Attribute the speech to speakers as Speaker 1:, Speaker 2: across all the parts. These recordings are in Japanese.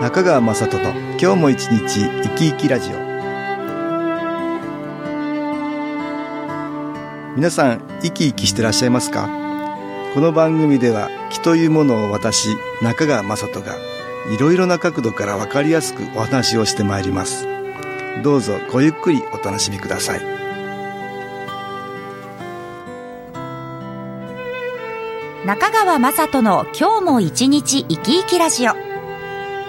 Speaker 1: 中川雅人の今日も一日生き生きラジオ皆さん生き生きしてらっしゃいますかこの番組では気というものを私中川雅人がいろいろな角度からわかりやすくお話をしてまいりますどうぞごゆっくりお楽しみください
Speaker 2: 中川雅人の今日も一日生き生きラジオ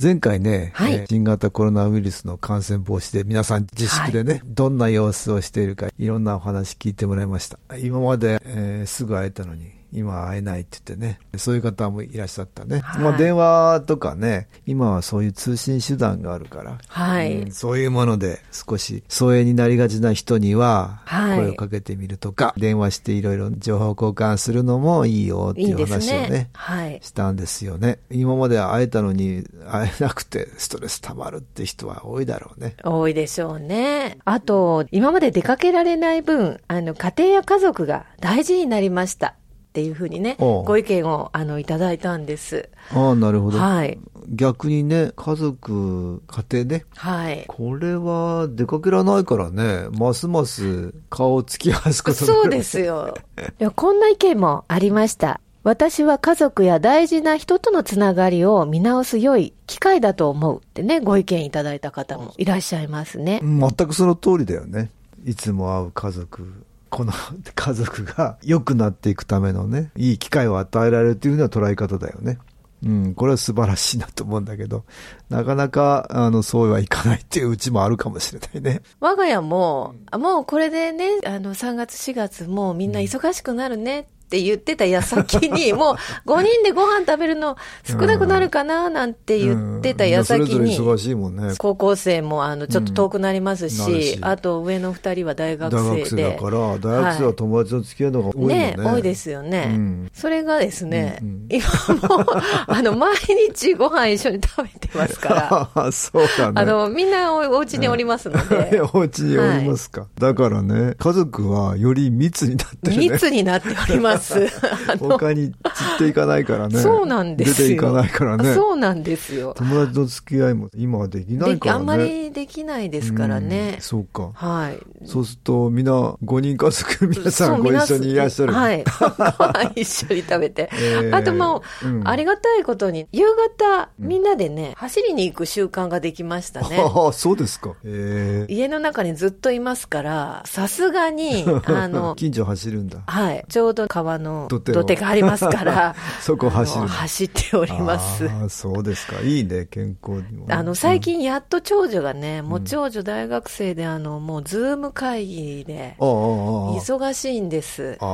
Speaker 1: 前回ね、
Speaker 3: は
Speaker 1: え
Speaker 3: い
Speaker 1: ー新型コロナウイルスの感染防止で皆さん自粛でね、どんな様子をしているかいろんなお話聞いてもらいました。今まで、えーすぐ会えたのに。今会えないって言ってね、そういう方もいらっしゃったね。
Speaker 3: はい
Speaker 1: まあ電話とかね、今はそういう通信手段があるから、
Speaker 3: はい
Speaker 1: うんそういうもので少し疎遠になりがちな人には
Speaker 3: はい
Speaker 1: 声をかけてみるとか、電話していろいろ情報交換するのもいいよって
Speaker 3: い
Speaker 1: い
Speaker 3: いうです
Speaker 1: 話をね
Speaker 3: ね。はい。
Speaker 1: したんですよね。今まで会えたのに会えなくてストレス溜まるって人は多いだろうね。
Speaker 3: 多いでしょうね。あと、今まで出かけられない分、あの、家庭や家族が大事になりましたっていうふうにね、
Speaker 1: おう
Speaker 3: ご意見を、あの、いただいたんです。
Speaker 1: ああ、なるほど。
Speaker 3: はい。
Speaker 1: 逆にね、家族、家庭ね。
Speaker 3: はい。
Speaker 1: これは出かけられないからね、ますます顔を突き合わすことになる
Speaker 3: そうですよ。いやこんな意見もありました。私は家族や大事な人とのつながりを見直す良い機会だと思うってね、ご意見いただいた方もいらっしゃいますね。
Speaker 1: 全くその通りだよねいつも会う家族この 家族が良くなっていくためのねいい機会を与えられるというような捉え方だよねうん、これは素晴らしいなと思うんだけど、なかなか、あの、そうはいかないっていううちもあるかもしれないね。
Speaker 3: 我が家も、あもうこれでね、あの、3月4月もうみんな忙しくなるねって言ってた矢先 に、もう5人でご飯食べるの少なくなるかななんて言ってた矢
Speaker 1: うん
Speaker 3: 先
Speaker 1: みんな
Speaker 3: に
Speaker 1: それぞれ忙、しいもんね。
Speaker 3: 高校生もあの、ちょっと遠くなります
Speaker 1: うんなる
Speaker 3: し
Speaker 1: し、
Speaker 3: あと上の2人は大
Speaker 1: 大
Speaker 3: 学
Speaker 1: 学
Speaker 3: 生
Speaker 1: 生だ
Speaker 3: で。
Speaker 1: から、大学生は友達の付き合いの方が多いもんね。
Speaker 3: ね、多いですよね、
Speaker 1: うん
Speaker 3: それがですね、
Speaker 1: うんうん
Speaker 3: 今もう、あの、毎日ご飯一緒に食べてます から、
Speaker 1: ら。そうだね。
Speaker 3: あの、みんなおお家におりますので、
Speaker 1: お家におりますか、だからね、家族はより密になってるね。
Speaker 3: 密になっております。 あの
Speaker 1: 他に散っていかないからね。
Speaker 3: そうなんですよ。
Speaker 1: 出ていかないからね。
Speaker 3: そうなんですよ。
Speaker 1: 友達の付き合いも今はできない
Speaker 3: で
Speaker 1: から
Speaker 3: あ
Speaker 1: ね。
Speaker 3: んまりできないですからね
Speaker 1: うん。そうか。
Speaker 3: はい。
Speaker 1: そうすると、みんな、5人家族、皆さ
Speaker 3: そ
Speaker 1: ん
Speaker 3: う
Speaker 1: ご一緒にいらっしゃる。
Speaker 3: 皆さんはい。 本当は一緒に食べて。
Speaker 1: えー
Speaker 3: あともう、
Speaker 1: うん
Speaker 3: ありがたいことに、夕方、みんなでね、走りに行く習慣ができました ね。
Speaker 1: ああ、そうですか。ええ
Speaker 3: 家の中にずっといますから、さす がに、あの、
Speaker 1: 近所走るんだ。
Speaker 3: はい。ちょうど川の
Speaker 1: 土手を
Speaker 3: 土手がありま すから、
Speaker 1: そこ走る
Speaker 3: あの走っております。
Speaker 1: ああ、そうですか。いいね、健康にもね。
Speaker 3: あの、最近やっと長女がね、もう長女大学生で、あの、もうズーム会議で、
Speaker 1: うん。ああ、ああ。
Speaker 3: 忙しいんです。
Speaker 1: あ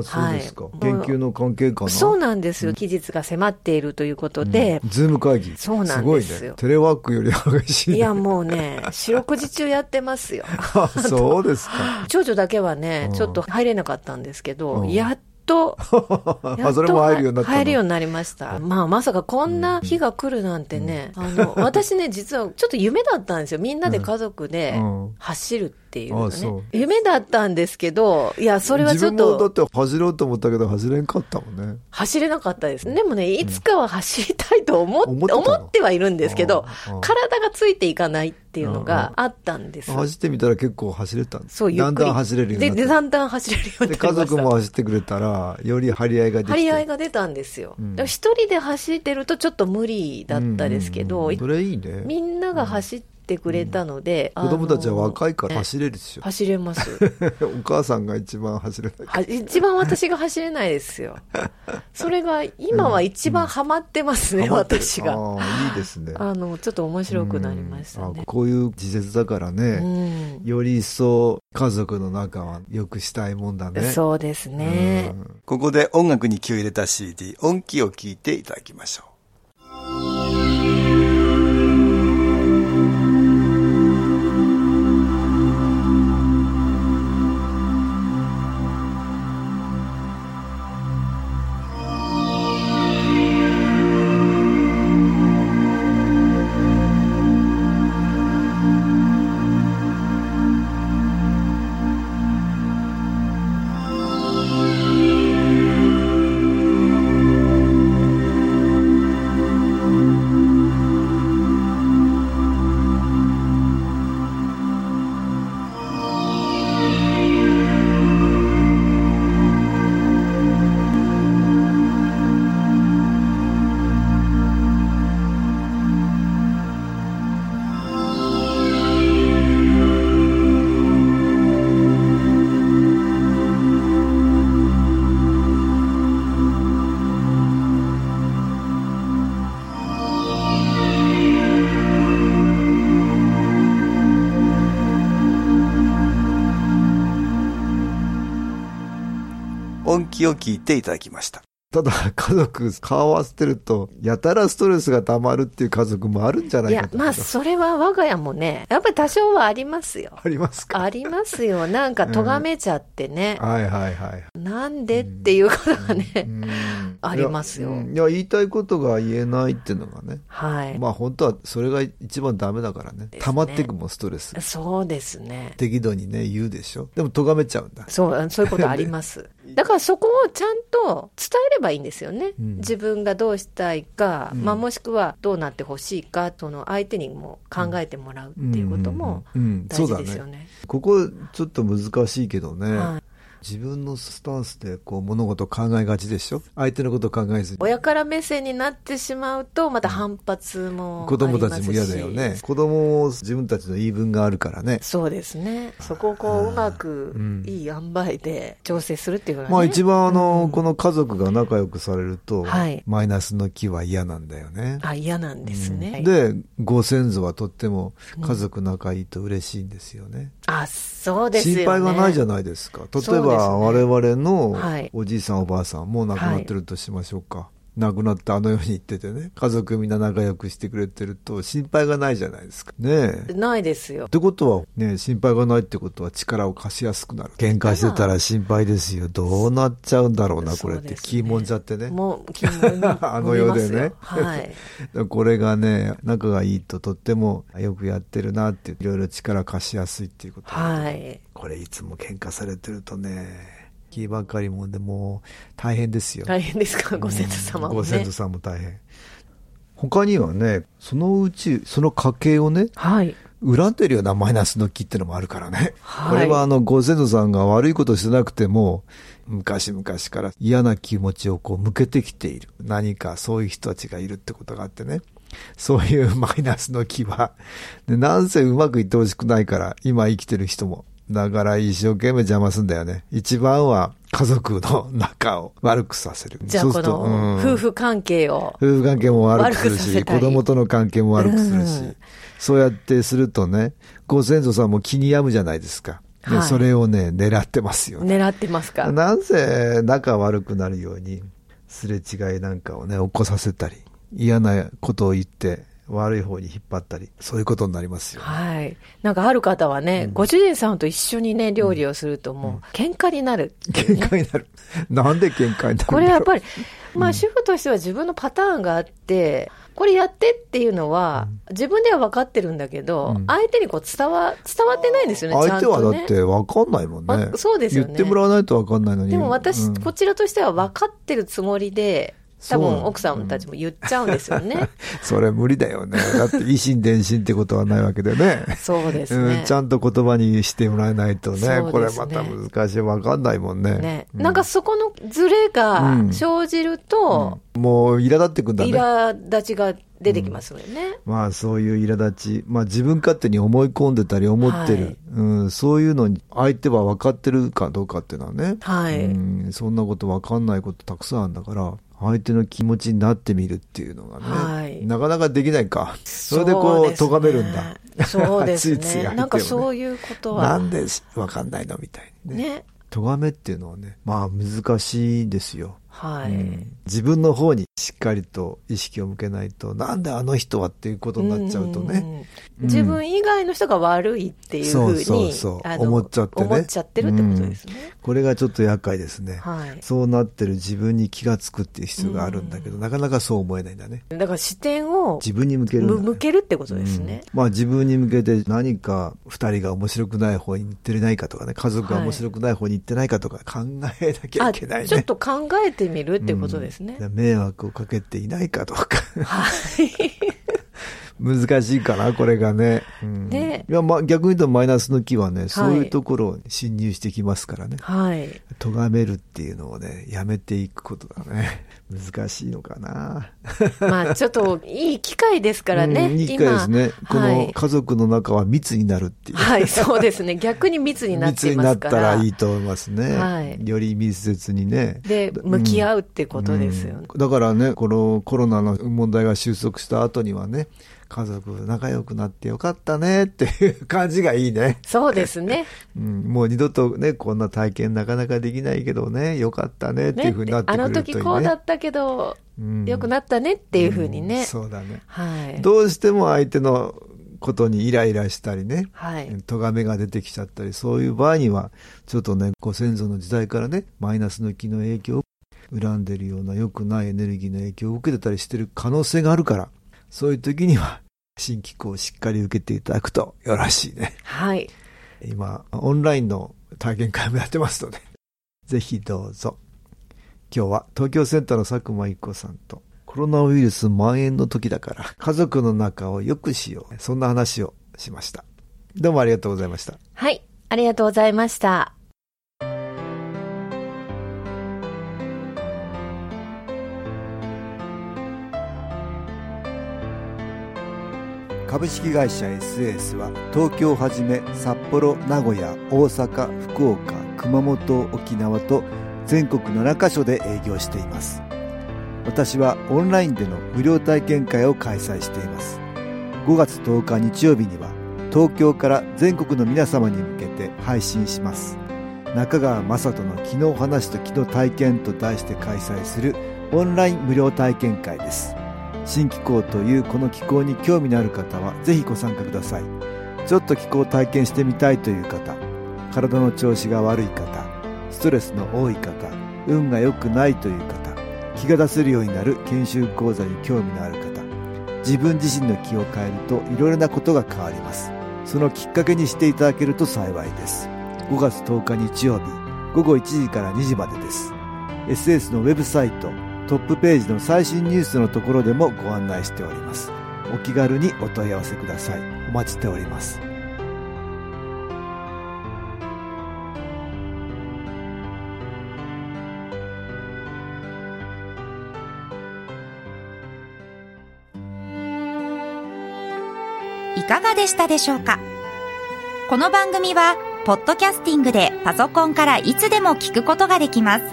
Speaker 1: あ、そうですか。
Speaker 3: はい
Speaker 1: 研究の関係かな。
Speaker 3: そうなんですよ。期日が迫っているということで、
Speaker 1: ズーム会議。
Speaker 3: そうなんですよ
Speaker 1: ごいね。テレワークより激しいね。
Speaker 3: いや、もうね、四六時中やってます よ。
Speaker 1: あそうですか。
Speaker 3: 長女だけはね
Speaker 1: う、ん
Speaker 3: ちょっと入れなかったんですけ
Speaker 1: う
Speaker 3: ど、
Speaker 1: ん
Speaker 3: やっと、 や
Speaker 1: あ、そ
Speaker 3: っと
Speaker 1: れも入るようになったの
Speaker 3: 入るようになりました。まあ、まさかこんな日が来るなんてね、あの、私ね、実はちょっと夢だったんですよ。みんなで家族で
Speaker 1: うん
Speaker 3: 走るっていうの
Speaker 1: あそう
Speaker 3: ね。夢だったんですけど、いや、それはちょっ
Speaker 1: 自分も
Speaker 3: と
Speaker 1: だって走ろうと思ったけど走れんかったもんね。
Speaker 3: 走れなかったです。でもね、いつかは走りたいと思っ
Speaker 1: 思って
Speaker 3: て、
Speaker 1: たの
Speaker 3: 思ってはいるんですけど
Speaker 1: うんうん、
Speaker 3: 体がついていかないっていうのがあったんです。
Speaker 1: 走ってみたら結構走れたんです
Speaker 3: そう、ゆっく
Speaker 1: だ
Speaker 3: り。
Speaker 1: んだん走れるようになっ
Speaker 3: で、で
Speaker 1: た。
Speaker 3: だんだん走れるように
Speaker 1: で、
Speaker 3: なりま
Speaker 1: 家
Speaker 3: した。
Speaker 1: 族も走ってくれたら、より張り合いができて。
Speaker 3: 張り合いが出たんですよ。
Speaker 1: ん
Speaker 3: でも一人で走ってるとちょっと無理だったですけ
Speaker 1: うん
Speaker 3: ど、
Speaker 1: うんうんそれいいね。
Speaker 3: みんなが走ってくれたので、
Speaker 1: 子供たちは若い
Speaker 3: い
Speaker 1: から走れるでしょ。
Speaker 3: 走れます。
Speaker 1: お母さんが一番走れない。
Speaker 3: は一番私が走れないですよ。それが、今は一番ハマってますね、私が。
Speaker 1: ああ、いいですね。
Speaker 3: あの、ちょっと面白くなりました
Speaker 1: うんあ
Speaker 3: ね。
Speaker 1: こういう時節だからね、
Speaker 3: う
Speaker 1: より一層家族の中は良くしたいもんだね。
Speaker 3: ん。そうですね。
Speaker 4: ここで音楽に気を入れた CD 音気を聞いていただきましょう。
Speaker 1: 「
Speaker 4: 音気を聞いていただきました。
Speaker 1: ただ、家族、顔合わせてると、やたらストレスが溜まるっていう家族もあるんじゃないい
Speaker 3: や
Speaker 1: か、と。
Speaker 3: まあ、それは我が家もね、やっぱり多少はありますよ。
Speaker 1: ありますか
Speaker 3: ありますよ。なんか、咎めちゃってね。
Speaker 1: はいはいはい。
Speaker 3: なんでっていうことがね、ありますよ
Speaker 1: いや,うん、いや言いたいことが言えないっていうのがね。
Speaker 3: はい。
Speaker 1: まあ本当はそれが一番ダメだからね。溜まってくもん、ストレス。
Speaker 3: そうですね。
Speaker 1: 適度にね、言うでしょ。でも、咎めちゃうんだ。
Speaker 3: そう、そういうことあり ます。だからそこをちゃんと伝えればいいんですよね。
Speaker 1: うん
Speaker 3: 自分がどうしたいか、
Speaker 1: うん
Speaker 3: まあもしくはどうなってほしいか、その相手にも考えてもらうっていうことも
Speaker 1: うんうんうんうん
Speaker 3: 大事
Speaker 1: そうだ
Speaker 3: で
Speaker 1: ね
Speaker 3: すよね。
Speaker 1: ここ、ちょっと難しいけどね。
Speaker 3: はい
Speaker 1: 自分のスタンスでこう物事を考えがちでしょ相手のことを考えずに。
Speaker 3: 親から目線になってしまうと、また反発も
Speaker 1: 子供たちも嫌だよ
Speaker 3: ありま
Speaker 1: ね
Speaker 3: すし。
Speaker 1: 子供も自分たちの言い分があるからね。
Speaker 3: そうですね。そこをこう、うまく、いい塩梅で調整するっていうのはね。
Speaker 1: まあ一番あの、
Speaker 3: うん
Speaker 1: この家族が仲良くされると、
Speaker 3: はい
Speaker 1: マイナスの気は嫌なんだよね。
Speaker 3: あ、嫌なんですね。はい
Speaker 1: で、ご先祖はとっても家族仲いいと嬉しいんですよね。
Speaker 3: あ、そうですよね。
Speaker 1: 心配がないじゃないですか。例え
Speaker 3: そうですね
Speaker 1: ば、我々の
Speaker 3: はい
Speaker 1: おじいさんおばあさん、もう亡くなってるとしましょうか。亡くなってあの世に行っててね、家族みんな仲良くしてくれてると心配がないじゃないですか。ねえ。
Speaker 3: ないですよ
Speaker 1: っ。てことはね、心配がないってことは力を貸しやすくなる。喧嘩してたら心配ですよ。どうなっちゃうんだろうな、これっ
Speaker 3: そう
Speaker 1: て。
Speaker 3: ですね
Speaker 1: 気もんじゃってね。
Speaker 3: もう、気になります よ
Speaker 1: あの世でね
Speaker 3: はい。
Speaker 1: これがね、仲がいいととってもよくやってるなって、いろいろ力貸しやすいっていうこと。
Speaker 3: はい。
Speaker 1: これいつも喧嘩されてるとね、気ばっかりもんでもう大変ですよ。
Speaker 3: 大変ですか、ご先祖様も
Speaker 1: ご
Speaker 3: ね
Speaker 1: 先祖。さんも大変。他にはね、そのうち、その家系をね、
Speaker 3: はい。
Speaker 1: 恨んでるようなマイナスの気ってのもあるからね。
Speaker 3: はい
Speaker 1: これはあの、ご先祖さんが悪いことしてなくても、昔々から嫌な気持ちをこう向けてきている。何かそういう人たちがいるってことがあってね。そういうマイナスの気は、でなんせうまくいってほしくないから、今生きてる人も。だから一生懸命邪魔すんだよね。一番は家族の仲を悪くさせる。
Speaker 3: じゃあ、
Speaker 1: そうす
Speaker 3: こ
Speaker 1: るとうん
Speaker 3: の、夫婦関係を。
Speaker 1: 夫婦関係も悪くするし、
Speaker 3: 悪くさせた
Speaker 1: 子
Speaker 3: り
Speaker 1: 供との関係も悪くするし、
Speaker 3: うん
Speaker 1: そうやってするとね、ご先祖さんも気に病むじゃないですか。で
Speaker 3: はい
Speaker 1: それをね、狙ってますよね。
Speaker 3: 狙ってますか。
Speaker 1: なんせ仲悪くなるように、すれ違いなんかをね、起こさせたり、嫌なことを言って、悪い方に引っ張ったり、そういうことになりますよ。
Speaker 3: はい。なんかある方はね、ご主人さんと一緒にね、料理をするともう、喧嘩になるってい
Speaker 1: 喧
Speaker 3: うね。
Speaker 1: 嘩になる。なんで喧嘩になるんだろう
Speaker 3: これはやっぱり、まあ主婦としては自分のパターンがあって、これやってっていうのは、自分では分かってるんだけど、
Speaker 1: うん
Speaker 3: 相手にこう伝わ、伝わってないんですよね、ちゃ
Speaker 1: 相
Speaker 3: ん
Speaker 1: 手は
Speaker 3: と
Speaker 1: だっ
Speaker 3: ね。
Speaker 1: て分かんないもんね
Speaker 3: あ。そうですよね
Speaker 1: 言ってもらわないと分かんないのに。
Speaker 3: でも私、
Speaker 1: うん
Speaker 3: こちらとしては分かってるつもりで、多
Speaker 1: そうな
Speaker 3: 分
Speaker 1: の
Speaker 3: 奥さんたちも言っちゃうんですよ ね。
Speaker 1: それ無理だよね。だって維新伝心ってことはないわけでね。
Speaker 3: そうですね
Speaker 1: うん、。ちゃんと言葉にしてもらえないとね、
Speaker 3: そうですね
Speaker 1: これまた難しい。わかんないもんね。
Speaker 3: ね、
Speaker 1: うん
Speaker 3: なんかそこのズレが
Speaker 1: うん
Speaker 3: 生じると、
Speaker 1: もう苛立ってくんだね。
Speaker 3: 苛立ちが出てきますよね。
Speaker 1: まあそういう苛立ち。まあ自分勝手に思い込んでたり思ってる。
Speaker 3: はい
Speaker 1: うん、そういうのに相手は分かってるかどうかっていうのはね。
Speaker 3: はい
Speaker 1: うん、そんなこと分かんないことたくさんあるんだから。相手の気持ちになってみるっていうのがね、
Speaker 3: はい
Speaker 1: なかなかできないか。それでこう、咎めるんだ。
Speaker 3: そうですね。
Speaker 1: ついつい相手をね
Speaker 3: なんかそういうこと
Speaker 1: な
Speaker 3: は。
Speaker 1: んでしわかんないのみたいにね。
Speaker 3: ね。
Speaker 1: とがめっていうのはね、まあ難しいですよ。
Speaker 3: はい。
Speaker 1: うん自分の方にしっかりと意識を向けないと、なんであの人はっていうことになっちゃうと
Speaker 3: んん
Speaker 1: ね。
Speaker 3: ん。自分以外の人が悪いっていうふうに
Speaker 1: そうそうそう
Speaker 3: あの
Speaker 1: 思っちゃってね
Speaker 3: 思っちゃってるってことですね。
Speaker 1: これがちょっと厄介ですね。
Speaker 3: はい。
Speaker 1: そうなってる自分に気がつくっていう必要があるんだけど、なかなかそう思えないんだね。
Speaker 3: だから視点を
Speaker 1: 自分に向けるんだね、
Speaker 3: む向けるってことですね。
Speaker 1: まあ自分に向けて何か二人が面白くない方に行ってないかとかね、家族が面白くない方に行ってないかとか考えなきゃい
Speaker 3: あ、
Speaker 1: けないね。
Speaker 3: ちょっと考えてみるってことですね。
Speaker 1: 迷惑をかけていないかどうか。
Speaker 3: はい。
Speaker 1: 難しいかな、これがね。うん
Speaker 3: ね
Speaker 1: いや、まあ、逆に言うとマイナスの木はね、そういうところに侵入してきますからね。
Speaker 3: はい。
Speaker 1: 咎めるっていうのをね、やめていくことだね。 難しいのかな。
Speaker 3: まあちょっといい機会ですからね。
Speaker 1: うんいい機会ですね。
Speaker 3: 今
Speaker 1: こ
Speaker 3: は
Speaker 1: の
Speaker 3: い。
Speaker 1: 家族の中は密になるっていう。
Speaker 3: はい、そうですね。逆に密になっ
Speaker 1: 密
Speaker 3: てい
Speaker 1: に
Speaker 3: ま
Speaker 1: な
Speaker 3: す
Speaker 1: っ
Speaker 3: か
Speaker 1: た
Speaker 3: ら。
Speaker 1: らいいと思いますね。
Speaker 3: はい
Speaker 1: より密接にね。
Speaker 3: で、向き合うってことですよね。
Speaker 1: だからね、このコロナの問題が収束した後にはね、家族仲良くなってよかったねっていう感じがいいね。
Speaker 3: そうで すね。
Speaker 1: うん、もう二度とね、こんな体験なかなかできないけどね、よかったねっていう
Speaker 3: ね
Speaker 1: ふうになって
Speaker 3: あ
Speaker 1: くれ
Speaker 3: の
Speaker 1: るといい
Speaker 3: 時
Speaker 1: ね。
Speaker 3: こうだったけど、
Speaker 1: うん
Speaker 3: 良くなったねっていうふうに
Speaker 1: うん
Speaker 3: ね。
Speaker 1: そうだね。
Speaker 3: はい。
Speaker 1: どうしても相手のことにイライラしたりね、
Speaker 3: はい。
Speaker 1: とがめが出てきちゃったり、そういう場合には、ちょっとね、ご先祖の時代からね、マイナスの気の影響を恨んでるような良くないエネルギーの影響を受けてたりしてる可能性があるから、そういう時には、新機構をしっかり受けていただくとよろしいね。
Speaker 3: はい。
Speaker 1: 今、オンラインの体験会もやってますので、 ぜひどうぞ。今日は東京センターの佐久間一子さんと、コロナウイルス蔓延の時だから、家族の中を良くしよう。そんな話をしました。どうもありがとうございました。
Speaker 3: はい。ありがとうございました。
Speaker 1: 株式会社 SS は東京をはじめ札幌名古屋大阪福岡熊本沖縄と全国7カ所で営業しています私はオンラインでの無料体験会を開催しています5月10日日曜日には東京から全国の皆様に向けて配信します中川雅人の「昨日話と昨日体験」と題して開催するオンライン無料体験会です新機構というこの機構に興味のある方はぜひご参加くださいちょっと気候を体験してみたいという方体の調子が悪い方ストレスの多い方運が良くないという方気が出せるようになる研修講座に興味のある方自分自身の気を変えるといろいろなことが変わりますそのきっかけにしていただけると幸いです5月10日日曜日午後1時から2時までです SS のウェブサイトトップページの最新ニュースのところでもご案内しておりますお気軽にお問い合わせくださいお待ちしております
Speaker 2: いかがでしたでしょうかこの番組は、ポッドキャスティングでパソコンからいつでも聞くことができます。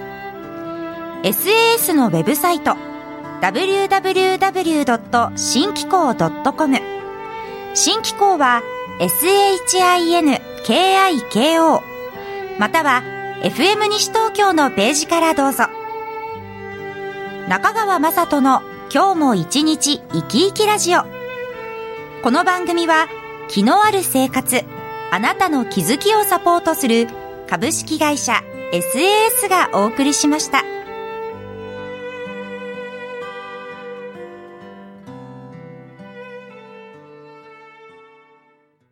Speaker 2: SAS のウェブサイト、www.新機構 .com 新機構は、SHINKIKO または、FM 西東京のページからどうぞ。中川雅人の今日も一日生き生きラジオ。この番組は気のある生活あなたの気づきをサポートする株式会社 SAS がお送りしました。